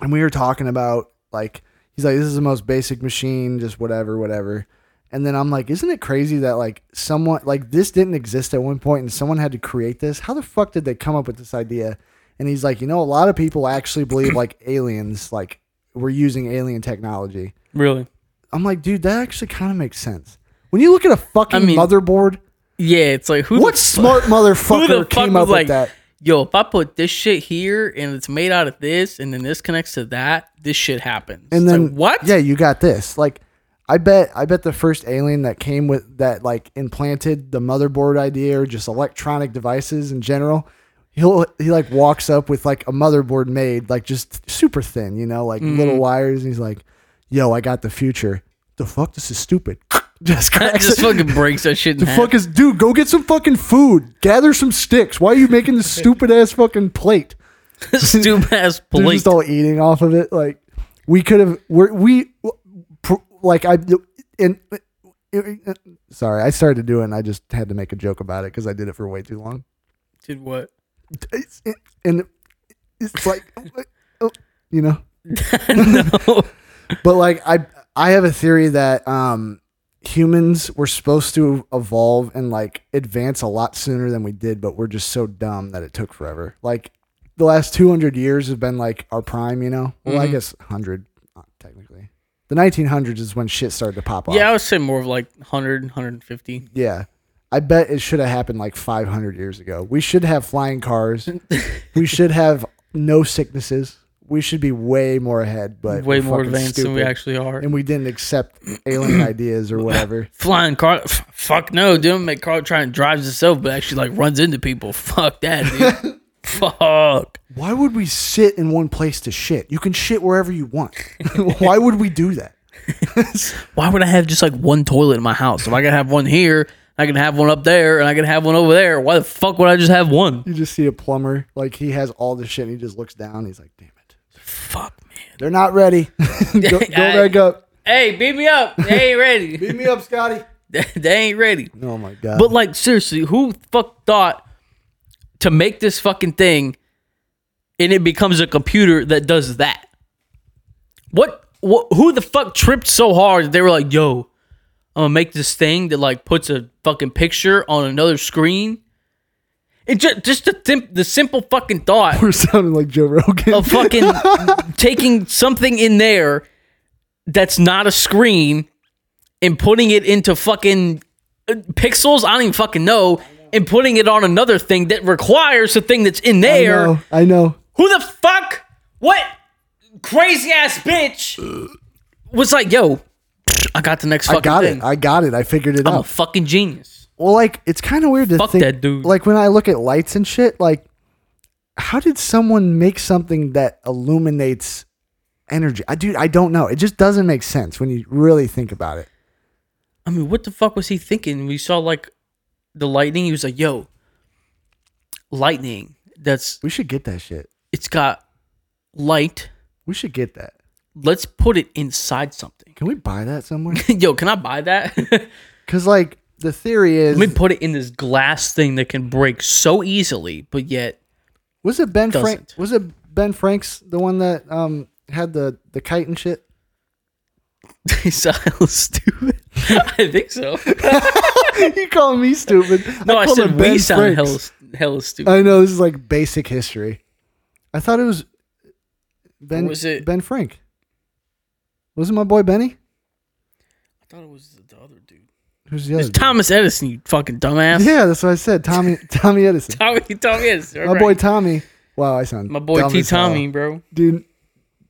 And we were talking about like he's like, This is the most basic machine, just whatever, whatever. And then I'm like, isn't it crazy that like someone like this didn't exist at one point and someone had to create this? How the fuck did they come up with this idea? And he's like, you know, a lot of people actually believe like aliens, like we're using alien technology.
Really?
I'm like, dude, that actually kind of makes sense. When you look at a fucking
mean-
motherboard,
Yeah, it's like who the
what
fu-
smart
who the
motherfucker
fuck
came
was
up
like,
with that?
Yo, if I put this shit here and it's made out of this, and then this connects to that, this shit happens.
and
It's like,
then
what?
Yeah, you got this. Like, I bet, I bet the first alien that came with that, like, implanted the motherboard idea or just electronic devices in general. He'll he like walks up with like a motherboard made like just super thin, you know, like
Mm.
little wires, and he's like, "Yo, I got the future." The fuck, this is stupid. just cracks
just
it.
fucking breaks that shit in
The
half.
fuck is dude? Go get some fucking food. Gather some sticks. Why are you making this stupid ass fucking plate?
stupid ass
They're
plate.
just all eating off of it. Like we could have. We're, we pr- like I and. Sorry, I started doing. I just had to make a joke about it because I did it for way too long.
Did what?
It's, and it's like, you know.
no.
But like I, I have a theory that um, humans were supposed to evolve and like advance a lot sooner than we did, but we're just so dumb that it took forever. Like the last two hundred years have been like our prime, you know. Well, I guess hundred uh, technically. The 1900s is when shit started to pop off.
Yeah, I would say more of like 100, 150.
Yeah. I bet it should have happened like 500 years ago. We should have flying cars. we should have no sicknesses. We should be way more ahead, but
Way
we're
more
fucking
advanced than we
stupid.
actually are.
And we didn't accept alien ideas or whatever.
Flying car, f- fuck no, dude. Make car trying to drives itself, but actually like runs into people. Fuck that, dude. fuck.
Why would we sit in one place to shit? You can shit wherever you want. Why would we do that?
Why would I have just like one toilet in my house? If I can have one here, I can have one up there, and I can have one over there. Why the fuck would I just have one?
You just see a plumber, like he has all this shit and he just looks down. He's like, damn it.
Fuck, man.
They're not ready. go go back up.
Hey, beat me up. They ain't ready.
Beat me up, Scotty.
they ain't ready.
Oh my God.
But like seriously, who fuck thought to make this fucking thing and it becomes a computer that does that? What what who the fuck tripped so hard that they were like, "Yo, I'm going to make this thing that like puts a fucking picture on another screen?" It just just the, sim- the simple fucking thought
We're sounding like Joe Rogan.
of fucking taking something in there that's not a screen and putting it into fucking uh, pixels. I don't even fucking know. And putting it on another thing that requires the thing that's in
I
there.
know. I know.
Who the fuck? What crazy ass bitch was like, yo, I got the next fucking
I got
thing.
it. I got it. I figured it
I'm a
out.
fucking genius.
well, like it's kind of weird to
Fuck
think.
that dude.
Like when I look at lights and shit, like how did someone make something that illuminates energy? I dude, I don't know. It just doesn't make sense when you really think about it.
I mean, what the fuck was he thinking? We saw like the lightning. He was like, yo, lightning. That's
We should get that shit.
it's got light.
We should get that.
Let's put it inside something.
Can we buy that somewhere?
Yo, can I buy that? Let
Because like the theory is,
me put it in this glass thing that can break so easily, but yet
was it Ben Frank?
doesn't.
Was it Ben Frank's the one that um had the the kite and shit?
it's a little stupid. I think so.
you call me stupid?
No, I,
called him
said
Ben Uh,
we sound
Franks.
hella, hella stupid.
I know this is like basic history. I thought it was Ben.
Was it-
Ben Frank? Was it my boy Benny?
I thought it was the other dude.
Who's the other?
It's Thomas Edison, you fucking dumbass.
dude? Yeah, that's what I said. Tommy Tommy Edison.
Tommy, Tommy Edison.
my
right.
boy uh, Tommy. Wow, I sound
my boy
dumb
T.
as hell.
Tommy, bro.
dude.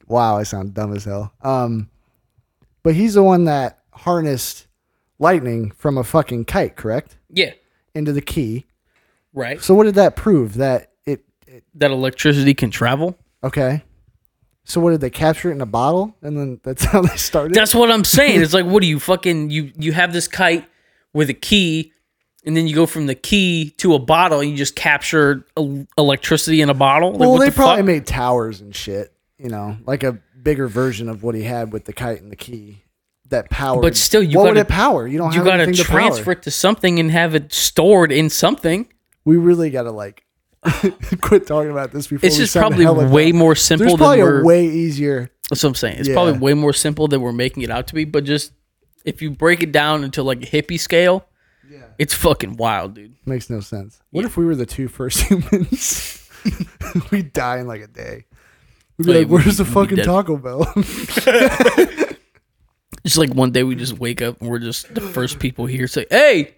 Wow, I sound dumb as hell. Um, but he's the one that harnessed lightning from a fucking kite, correct,
Yeah,
into the key.
right.
So what did that prove? That it, it
That electricity can travel.
okay. So what did they capture it in a bottle, and then that's how they started.
That's what I'm saying. It's like, what do you fucking you you have this kite with a key, and then you go from the key to a bottle, and you just capture el- electricity in a bottle. Like,
Well,
what
they
the
probably
fuck?
made towers and shit, you know, like a bigger version of what he had with the kite and the key that powered.
But still, you
what would
gotta-
it power? You don't
you
have
got to
anything to
transfer
power.
it to something and have it stored in something.
We really gotta like quit talking about this before.
It's
we
just
sound
probably
hella
way
dumb.
more
There's
simple than
probably
we're.
a way easier.
that's what I'm saying. It's
Yeah.
probably way more simple than we're making it out to be. But just if you break it down into like a hippie scale, it's fucking wild, dude.
Makes no sense. What if we were the two first humans? we die in like a day. We'd be
Like,
like, "Where's the
we'd be
fucking
dead.
Taco Bell?"
It's like one day we just wake up and we're just the first people here. Say, hey,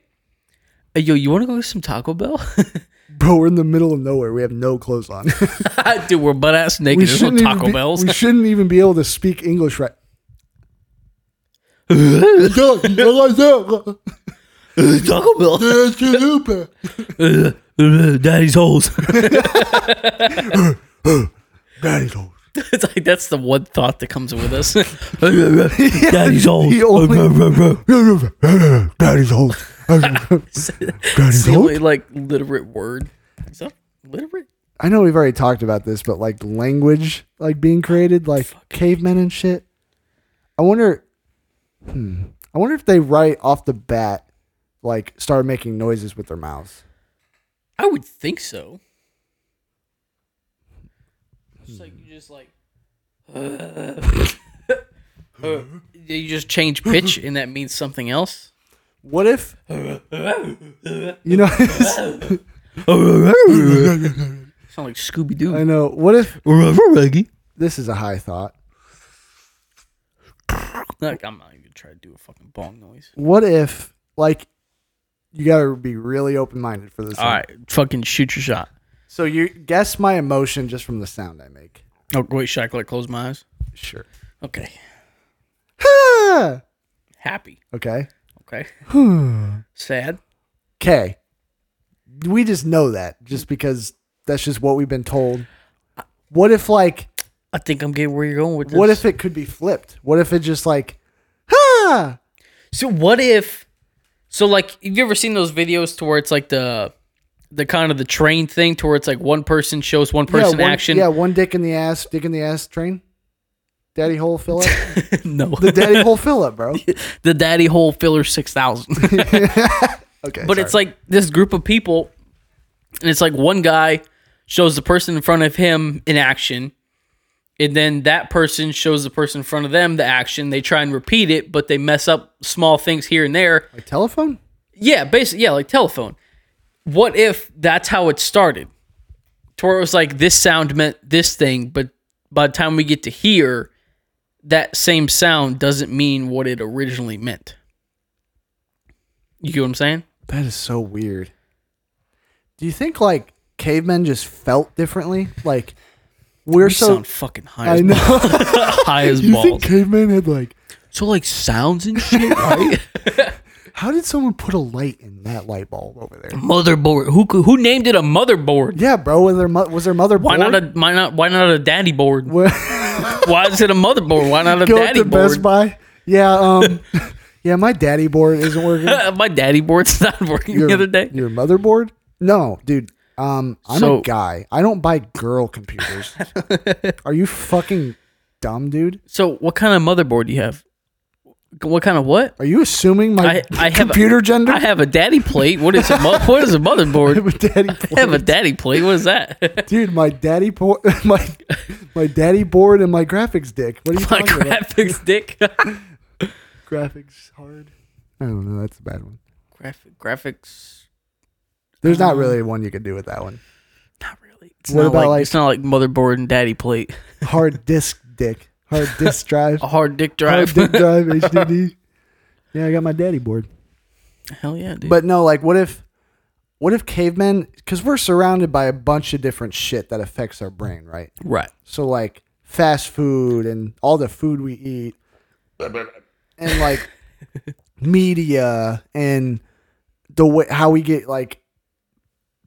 hey, yo, you want to go get some Taco Bell?
Bro, we're in the middle of nowhere. We have no clothes on.
Dude, we're butt ass naked.
we
There's no
shouldn't even
Taco
be-
Bells.
We shouldn't even be able to speak English right.
Taco Bell. Daddy's holes.
Daddy's holes.
it's like that's the one thought that comes with us. Daddy's holes.
He only-
Daddy's old.
It's the only like literate word. Is that literate?
I know we've already talked about this, but like language, like being created, like cavemen and shit. I wonder. Hmm, I wonder if they right off the bat, like start making noises with their mouths.
I would think so. It's like you just like. Uh, you just change pitch and that means something else.
What if? you know,
Sound like Scooby
I
Doo.
know. What if
Reggie.
this is a high thought?
Look, I'm not even gonna try to do a fucking bong noise.
What if like you gotta be really open minded for this?
All
one.
right, fucking shoot your shot.
So you guess my emotion just from the sound I make.
Oh wait, should I like close my eyes?
Sure.
Okay,
okay.
happy. Okay, sad.
Okay. We just know that just because that's just what we've been told. What if like
I think I'm getting where you're going with this.
what if it could be flipped? What if it just like ha
So what if? So like, have you ever seen those videos to where it's like the, the kind of the train thing to where it's like one person shows one person
yeah, one,
action.
Yeah, one dick in the ass, dick in the ass train. Daddy hole fill up.
no,
the daddy hole fill up, bro.
the daddy hole filler six thousand.
Okay.
but it's like this group of people, and it's like one guy shows the person in front of him in action, and then that person shows the person in front of them the action. They try and repeat it, but they mess up small things here and there.
like telephone?
Yeah, basically, yeah, like telephone. What if that's how it started? To where it was like this sound meant this thing, but by the time we get to here, that same sound doesn't mean what it originally meant. You get what I'm saying?
That is so weird. Do you think like cavemen just felt differently? Like we're
We
so
sound fucking
I
high as,
know.
balls. high as
you
balls.
think cavemen had like
so like sounds and shit, right?
how did someone put a light in that light bulb over there?
motherboard. Who cou- who named it a motherboard?
Yeah, bro. Was their mo- was their mother
Why
bored?
not a why not why not a daddy board?
Well,
Why is it a motherboard? Why not a
go
daddy
to Best
board?
Buy? Yeah. Um. yeah, my daddy board isn't working.
Uh, My daddy board's not working the other day.
Your motherboard? No, dude. Um, I'm
So-
a guy. I don't buy girl computers. Are you fucking dumb, dude?
So what kind of motherboard do you have? What kind of what?
Are you assuming my
I- I have a-
computer gender?
I have a daddy plate. What is a mo- what is a motherboard?
With daddy
I have a
board.
daddy plate. What is that?
dude, my daddy board, my my daddy board, and my graphics dick. What are you
My
talking about?
graphics dick.
Graphics hard. I don't know. That's a bad one.
Graphic graphics.
There's
Uh,
not really one you could do with that one.
Not really. It's
What
not
about,
like,
like-
it's not like motherboard and daddy plate.
Hard disk dick. Hard disk drive.
A hard dick
Hard
drive.
disk drive. HDD. Yeah, I got my daddy board.
Hell yeah, dude.
But no, like, what if, what if cavemen? Because we're surrounded by a bunch of different shit that affects our brain, right?
right.
So like fast food and all the food we eat, and like media and the way how we get like,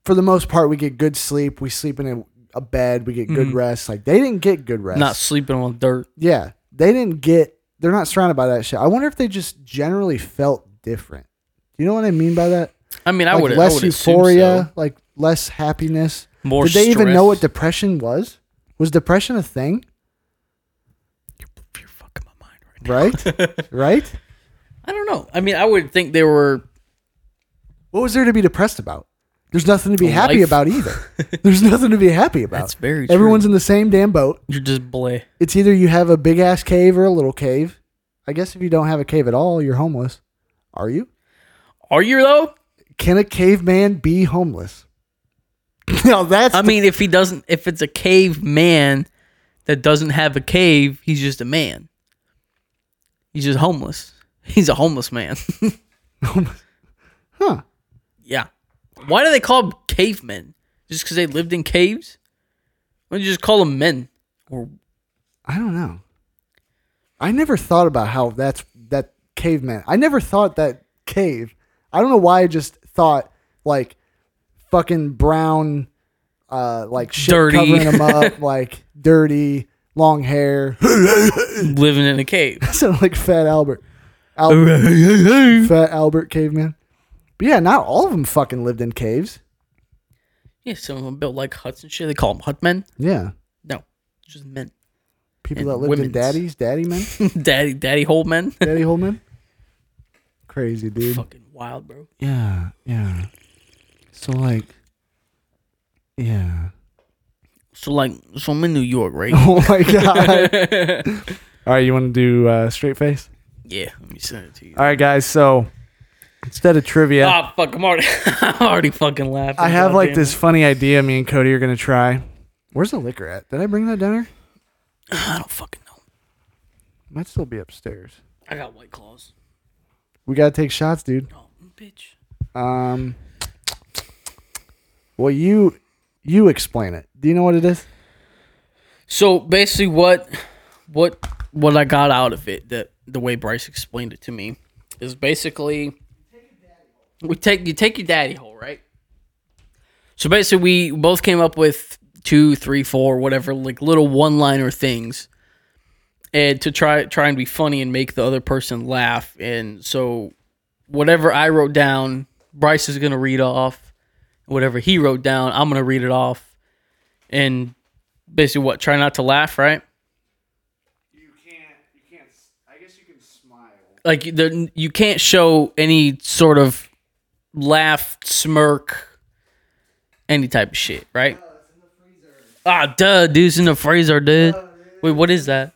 for the most part, we get good sleep. We sleep in a, a bed. We get good rest. Like they didn't get good rest.
Mm-hmm. Not sleeping on dirt.
yeah, they didn't get. They're not surrounded by that shit. I wonder if they just generally felt different. Do you know what I mean by that?
I mean, I
like
would I
less
would assume
euphoria,
so.
like less happiness.
More
Did they even know what
stress.
depression was? Was depression a thing?
You're fucking my mind right now.
Right? right?
I don't know. I mean, I would think they were
What was there to be depressed about? There's nothing to be happy
Life.
about either. There's nothing to be happy about.
That's very
Everyone's in the same damn boat.
you're just bleh.
It's either you have a big ass cave or a little cave. I guess if you don't have a cave at all, you're homeless. Are you?
Are you though?
Can a caveman be homeless? no, that's
I mean, if he doesn't, if it's a caveman that doesn't have a cave, he's just a man. He's just homeless. He's a homeless man.
huh.
yeah. Why do they call them cavemen? Just because they lived in caves? Why don't you just call them men? Or
I don't know. I never thought about how that's that caveman. I never thought that cave. I don't know why I just thought like fucking brown, uh, like shit
Dirty.
covering him up, like dirty, long hair.
living in a cave?
Sound like Fat Albert. Albert Fat Albert caveman. But yeah, not all of them fucking lived in caves.
yeah, some of them built like huts and shit. They call them hut men.
Yeah,
No, just men.
people
And
that lived in
women's.
daddies, daddy men,
daddy, daddy hole men.
daddy hole men. Crazy dude.
Fucking wild, bro.
Yeah, yeah. So like, yeah.
So like, so I'm in New York, right?
Oh my god. All right, you want to do uh, straight face?
yeah, let me send it to you.
All right, guys. So instead of trivia,
Ah, fuck! I'm already, I'm already fucking laughing.
I have like
goddamn
this funny idea. Me and Cody are gonna try. Where's the liquor at? Did I bring that down here?
it. I don't fucking know.
Might still be upstairs.
I got white claws.
We gotta take shots, dude.
Oh, bitch.
Um, well, you you explain it. Do you know what it is?
So basically, what what what I got out of it that the way Bryce explained it to me is basically we take you take your daddy hole, right? So basically, we both came up with two, three, four, whatever, like little one liner things, and to try try and be funny and make the other person laugh. And so, whatever I wrote down, Bryce is gonna read off. Whatever he wrote down, I'm gonna read it off, and basically what try not to laugh right
You can't. You can't. I guess you can smile.
like there, you can't show any sort of laugh smirk any type of shit right ah duh dude's in the freezer dude wait what is that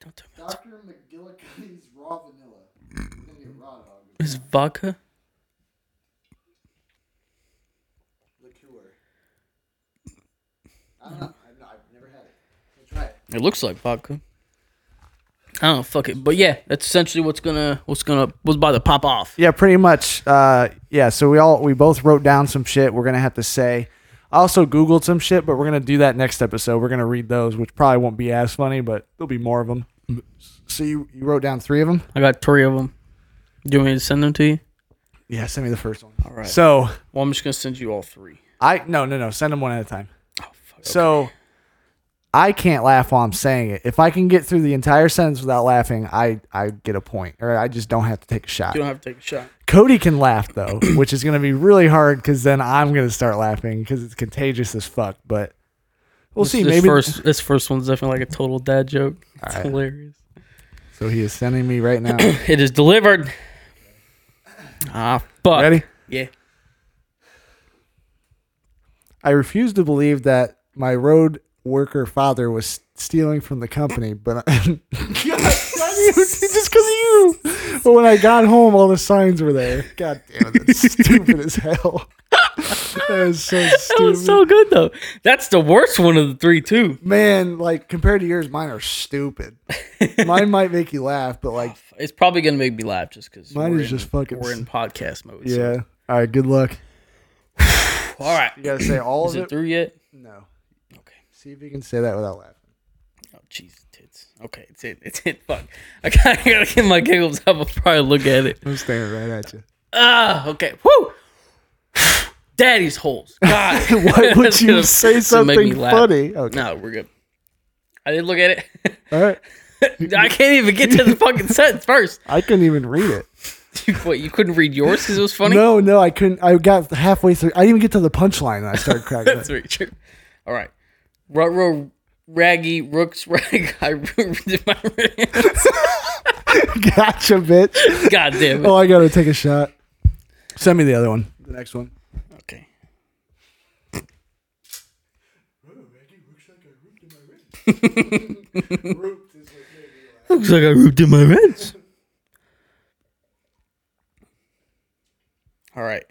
Don't tell me it's-
Doctor McGillicuddy's raw vanilla.
is it vodka Mm-hmm.
I don't know. I've, not, I've never had it. Let's try it.
it looks like vodka I don't know, fuck it, but yeah, that's essentially what's gonna, what's gonna, what's about to pop off.
Yeah, pretty much. Uh, yeah. So we all we both wrote down some shit. We're gonna have to say. I also googled some shit, but we're gonna do that next episode. We're gonna read those, which probably won't be as funny, but there'll be more of them. So you, you wrote down three of them.
I got three of them. Do you want me to send them to you?
Yeah, send me the first one. All
right.
So
Well, I'm just gonna send you all three.
I no no no send them one at a time. So I can't laugh while I'm saying it. If I can get through the entire sentence without laughing, I I get a point, or I just don't have to take a shot.
You don't have to take a shot.
Cody can laugh though, which is gonna be really hard because then I'm gonna start laughing because it's contagious as fuck. But we'll see.
This
Maybe
first this first one's definitely like a total dad joke. It's
right.
hilarious.
so. He is sending me right now.
It is delivered. Ah, fuck.
Ready?
Yeah.
I refuse to believe that my road worker father was s- stealing from the company, but I, just because of you. But when I got home, all the signs were there. God damn it, that's stupid as hell. That is so stupid.
That was so good though. That's the worst one of the three too.
Man, like compared to yours, mine are stupid. Mine might make you laugh, but like,
It's probably gonna make me laugh just because
Mine is just fucking
We're
s-
in podcast mode. so-
yeah. All right, good luck.
All right.
You gotta say all
Is
of
it
it.
through yet?
No.
Okay.
See if you can say that without laughing.
Oh jeez, tits. Okay, it's it. It's it. Fuck. I gotta, I gotta get my giggles up. I'll probably look at it.
I'm staring right at you.
Ah, okay. Woo. Daddy's holes. God.
Why would
It's
you
gonna-
say
it's gonna make me
something
laugh.
funny? Okay.
No, we're good. I didn't look at it.
All right.
I can't even get to the fucking sentence first.
I couldn't even read it.
You, what, you couldn't read yours because it was funny?
No, no, I couldn't. I got halfway through. I didn't even get to the punchline and I started cracking.
That's
up.
very true. All right. Rutro, Raggy, Rooks, Rag. I ruined my
Gotcha, bitch.
God damn it.
Oh, I gotta take a shot. Send me the other one. The next one.
Okay. Looks like I rooped in my rents. All right.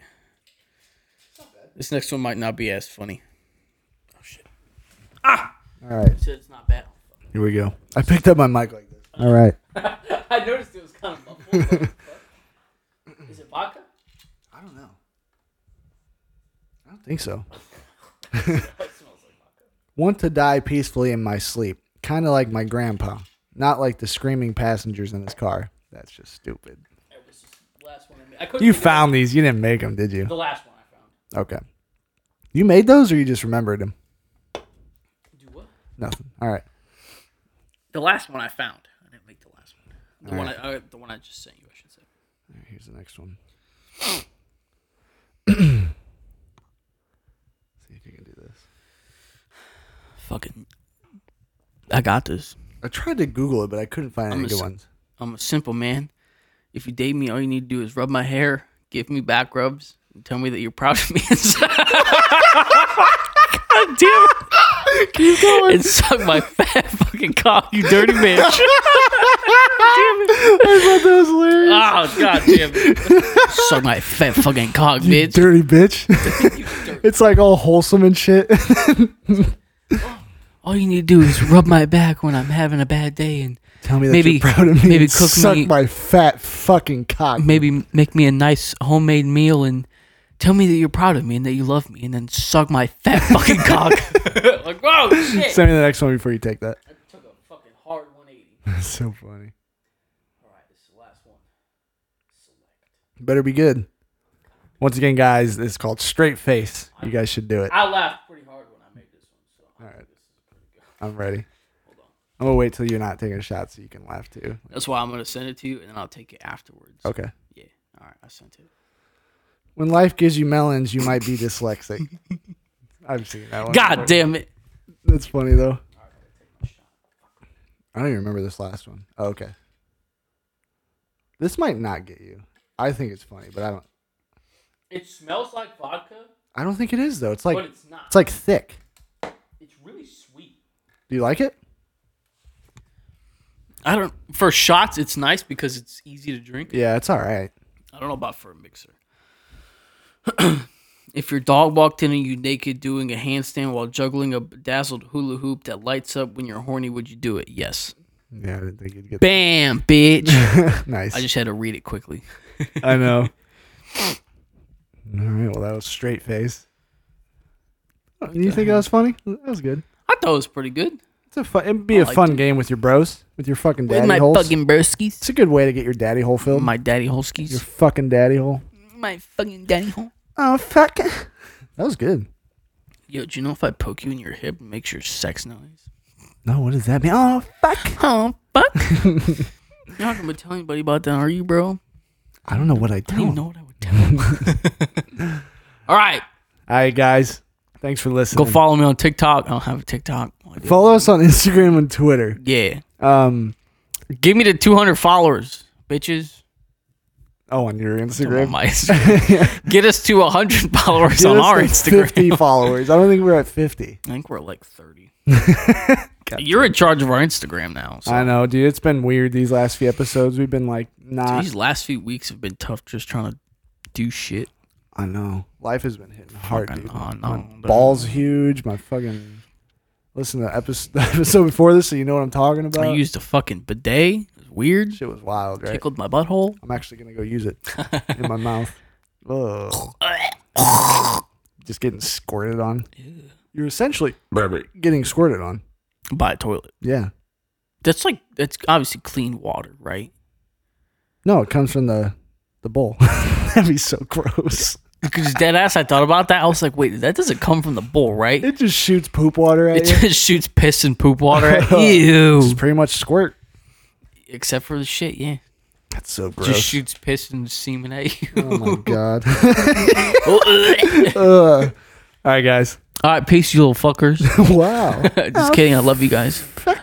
This next one might not be as funny. Oh shit! Ah!
All right,
Said it's not bad.
here we go. I picked up my mic like this. All right.
I noticed it was kind of muffled. Is it vodka?
I don't know. I don't think so. Want to die peacefully in my sleep, kind of like my grandpa. Not like the screaming passengers in his car. That's just stupid.
It was just the last one I made. I couldn't
You
think of
found these. You didn't make them, did you?
the last one I found.
Okay. You made those or you just remembered them?
Do what?
Nothing. All right.
The last one I found. I didn't make the last one. The one I, uh, the one I just sent you, I should say.
Here's the next one. See if you can do this.
Fucking. I got this.
I tried to Google it, but I couldn't find any
a
good
s-
ones.
I'm a simple man. If you date me, all you need to do is rub my hair, give me back rubs, and tell me that you're proud of me. God damn it. Keep going. And suck my fat fucking cock, you dirty bitch.
I thought that was hilarious.
Oh, god damn it. suck my fat fucking cock, bitch.
Dirty bitch. it's like all wholesome and shit.
all you need to do is rub my back when I'm having a bad day and
Tell me that
Maybe-
you're proud of me.
maybe
and
cook
suck
me-
my fat fucking cock.
Maybe make me a nice homemade meal and tell me that you're proud of me and that you love me and then suck my fat fucking cock. like, whoa, shit.
Send me the next one before you take that.
Took a fucking hard 180.
That's so funny.
All right, this is the last one.
Better be good. Once again, guys, it's called Straight Face. You guys should do it.
I laughed pretty hard when I made this one. So.
I'm ready. I'm gonna wait till you're not taking a shot so you can laugh too.
That's why I'm going to send it to you and then I'll take it afterwards.
Okay.
Yeah. All right, I sent it.
When life gives you melons, you might be dyslexic. I've seen that one.
God damn it.
That's funny though. I don't even remember this last one. Oh, okay. This might not get you. I think it's funny, but I don't.
It smells like vodka,
I don't think it is though. It's
but
like
it's not.
it's like thick.
It's really sweet.
Do you like it?
I don't. For shots, it's nice because it's easy to drink.
Yeah, it's all right.
I don't know about for a mixer. if your dog walked in on you naked doing a handstand while juggling a bedazzled hula hoop that lights up when you're horny, would you do it? Yes.
Yeah, I didn't think you'd get
Bam, bitch.
nice.
I just had to read it quickly.
I know. All right. Well, that was straight face. Oh, You think that was funny? That was good.
I thought it was pretty good.
It's a fun. It'd be a
liked
fun game with your bros, with your fucking daddy
With my
holes.
fucking broskies.
it's a good way to get your daddy hole filled.
My daddy
your
holskies.
fucking daddy hole.
My fucking daddy hole.
Oh fuck. That was good.
Yo, do you know if I poke you in your hip, it makes your sex noise?
No, what does that mean? Oh fuck.
Oh, fuck. You're not going to tell anybody about that, are you, bro?
I don't know what I
I don't
do.
even know what I would tell them. All right.
All right, guys. Thanks for listening.
Go follow me on TikTok. I don't have a TikTok. Well, I do.
follow us on Instagram and Twitter.
Yeah.
Um.
Give me the 200 followers, bitches.
Oh, on your
Come on,
Instagram.
my Get us to 100 followers
Get
on
us
our
to
Instagram.
50 followers. I don't think we're at 50.
I think we're at like 30. You're in charge of our Instagram now. So.
I know, dude. It's been weird these last few episodes. We've been like, nah.
These last few weeks have been tough just trying to do shit.
I know. Life has been hitting hard, dude.
on, on,
Ball's huge. My fucking. Listen to the episode, the episode before this so you know what I'm talking
I
about.
used a fucking bidet. It was weird.
Shit was wild, right?
Tickled my butthole.
I'm actually going to go use it in my mouth. Ugh. Just getting squirted on. You're essentially
baby.
getting squirted on.
By a toilet.
Yeah.
That's like, that's obviously clean water, right?
No, it comes from the, the bowl. That'd be so gross.
Because dead ass, I thought about that. I was like, wait, that doesn't come from the bowl, right?
It just shoots poop water
It
at you.
just shoots piss and poop water. At, ew.
It's pretty much squirt.
Except for the shit, yeah.
That's so gross.
Just shoots piss and semen at you.
Oh my god.
All
All right, guys.
right, peace, you little fuckers.
wow.
just kidding. I love you guys.
Fuck